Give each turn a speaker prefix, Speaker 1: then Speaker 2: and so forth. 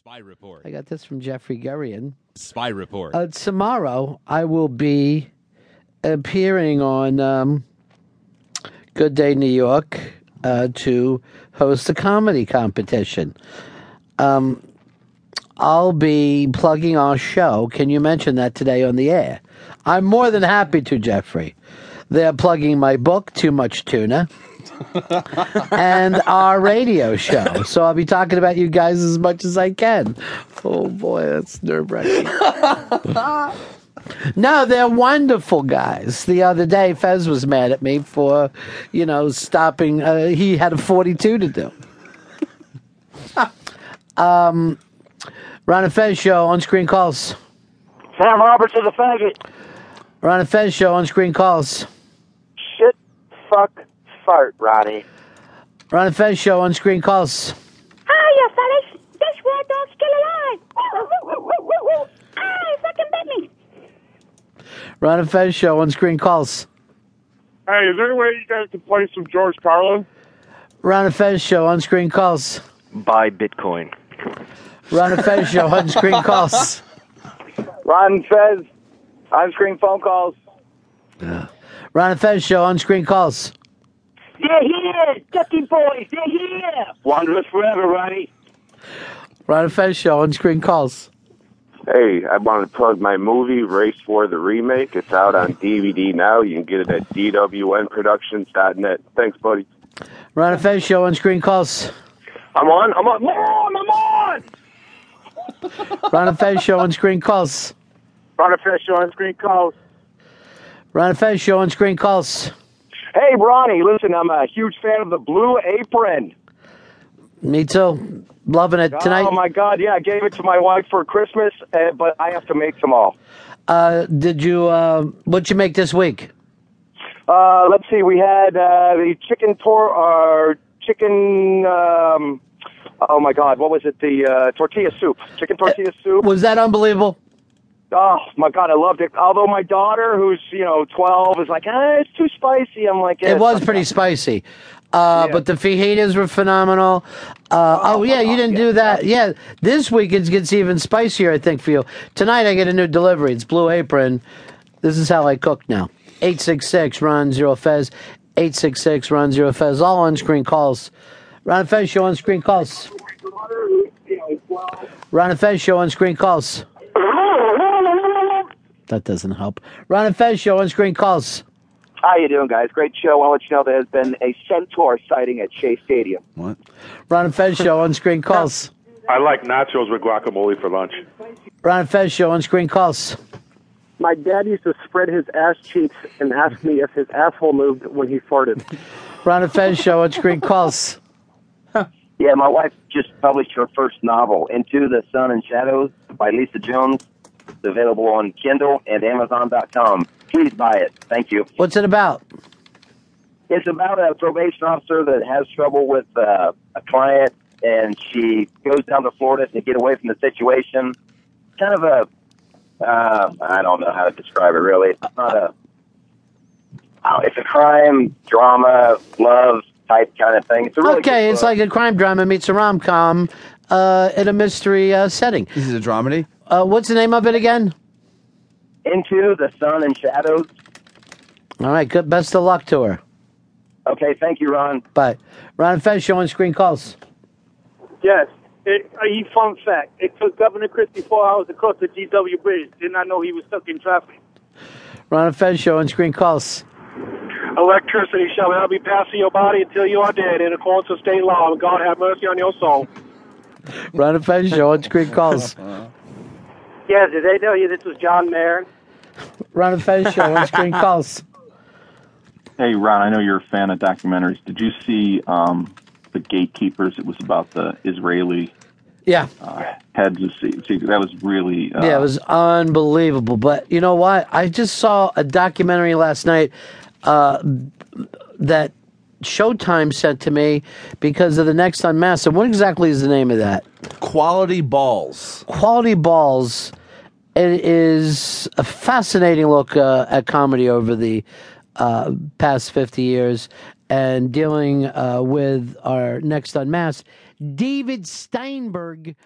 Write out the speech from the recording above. Speaker 1: Spy report.
Speaker 2: I got this from Jeffrey Gurian.
Speaker 1: Spy report.
Speaker 2: Uh, tomorrow, I will be appearing on um, Good Day New York uh, to host a comedy competition. Um, I'll be plugging our show. Can you mention that today on the air? I'm more than happy to, Jeffrey. They're plugging my book, Too Much Tuna, and our radio show. So I'll be talking about you guys as much as I can. Oh boy, that's nerve wracking. No, they're wonderful guys. The other day, Fez was mad at me for, you know, stopping. Uh, he had a 42 to do. um, Ron and Fez show on screen calls.
Speaker 3: Sam Roberts is a faggot.
Speaker 2: Ron and Fez show on screen calls.
Speaker 3: Shit, fuck, fart, Ronnie.
Speaker 2: Ron and Fez show on screen calls.
Speaker 4: Hiya, fellas. This war dog's still alive. Ah, he fucking bit me.
Speaker 2: Ron and Fez show on screen calls.
Speaker 5: Hey, is there any way you guys can play some George Carlin?
Speaker 2: Ron and Fez show on screen calls.
Speaker 6: Buy Bitcoin.
Speaker 2: Ron and Fez show on screen calls.
Speaker 3: Ron Fez, on screen phone calls.
Speaker 2: Ron and Fez show on screen calls.
Speaker 3: They're here, Ducky Boys, they're here. Wanderlust forever, Ronnie.
Speaker 2: Ron and Fez show on screen calls.
Speaker 7: Hey, I want to plug my movie, Race for the Remake. It's out on DVD now. You can get it at dwnproductions.net. Thanks, buddy.
Speaker 2: Ron and Fez show on screen calls.
Speaker 7: I'm on. I'm on.
Speaker 3: Mom, I'm on.
Speaker 2: Ron and Fez show on screen calls.
Speaker 3: Ron Fez, on screen calls.
Speaker 2: Ron and Fez show on screen calls.
Speaker 3: Hey, Ronnie, listen, I'm a huge fan of the Blue Apron.
Speaker 2: Me too. Loving it tonight.
Speaker 3: Oh my God! Yeah, I gave it to my wife for Christmas, uh, but I have to make them all.
Speaker 2: uh, did you? Uh, what'd you make this week?
Speaker 3: Uh, let's see, we had uh, the chicken tor or chicken. Um, oh my God, what was it? The uh, tortilla soup, chicken tortilla soup.
Speaker 2: Was that unbelievable?
Speaker 3: Oh my God, I loved it. Although my daughter, who's you know 12, is like, ah, it's too spicy. I'm like, "Eh,
Speaker 2: It was
Speaker 3: it's
Speaker 2: pretty spicy. Uh,
Speaker 3: Yeah.
Speaker 2: But the fajitas were phenomenal. Uh, oh, yeah, you didn't do that. Yeah, this week it gets even spicier, I think, for you. Tonight I get a new delivery. It's Blue Apron. This is how I cook now. 866 Ron Zero Fez. 866 Ron Zero Fez. All on screen calls. Ron and Fez show on screen calls. Ron and Fez show on screen calls. That doesn't help. Ron and Fez show on screen calls.
Speaker 3: How you doing, guys? Great show. I want to let you know there has been a centaur sighting at Shea Stadium.
Speaker 8: What?
Speaker 2: Ron and Fez show on screen calls.
Speaker 5: I like nachos with guacamole for lunch.
Speaker 2: Ron and Fez show on screen calls.
Speaker 9: My dad used to spread his ass cheeks and ask me if his asshole moved when he farted.
Speaker 2: Ron and Fez show on screen calls.
Speaker 6: Yeah, my wife just published her first novel, Into the Sun and Shadows, by Lisa Jones. It's available on Kindle and Amazon.com. Please buy it. Thank you.
Speaker 2: What's it about?
Speaker 6: It's about a probation officer that has trouble with uh, a client, and she goes down to Florida to get away from the situation. Kind of a, uh, I don't know how to describe it really. It's not a, oh, it's a crime, drama, love type kind of thing. It's a really
Speaker 2: Okay,
Speaker 6: good
Speaker 2: it's
Speaker 6: book.
Speaker 2: like a crime drama meets a rom com uh, in a mystery uh, setting.
Speaker 8: This is a dramedy.
Speaker 2: Uh, what's the name of it again?
Speaker 6: Into the Sun and Shadows.
Speaker 2: All right, good. Best of luck to her.
Speaker 6: Okay, thank you, Ron.
Speaker 2: Bye. Ron and Fez show on screen calls.
Speaker 9: Yes. It, a fun fact. It took Governor Christie four hours to cross the GW Bridge. Did not know he was stuck in traffic.
Speaker 2: Ron and Fez show on screen calls.
Speaker 9: Electricity shall not be passing your body until you are dead in accordance with state law. God have mercy on your soul.
Speaker 2: Ron and Fez show on screen calls.
Speaker 9: Yeah, did they tell you this was John Mayer?
Speaker 2: Ron and Fez show on screen calls.
Speaker 10: Hey, Ron, I know you're a fan of documentaries. Did you see um, The Gatekeepers? It was about the Israeli
Speaker 2: Yeah.
Speaker 10: uh, heads of se- see, That was really. Uh,
Speaker 2: Yeah, it was unbelievable. But you know what? I just saw a documentary last night uh, that Showtime sent to me because of the next unmasked. And what exactly is the name of that?
Speaker 8: Quality balls.
Speaker 2: Quality Balls. It is a fascinating look uh, at comedy over the uh, past 50 years and dealing uh, with our next unmasked, David Steinberg.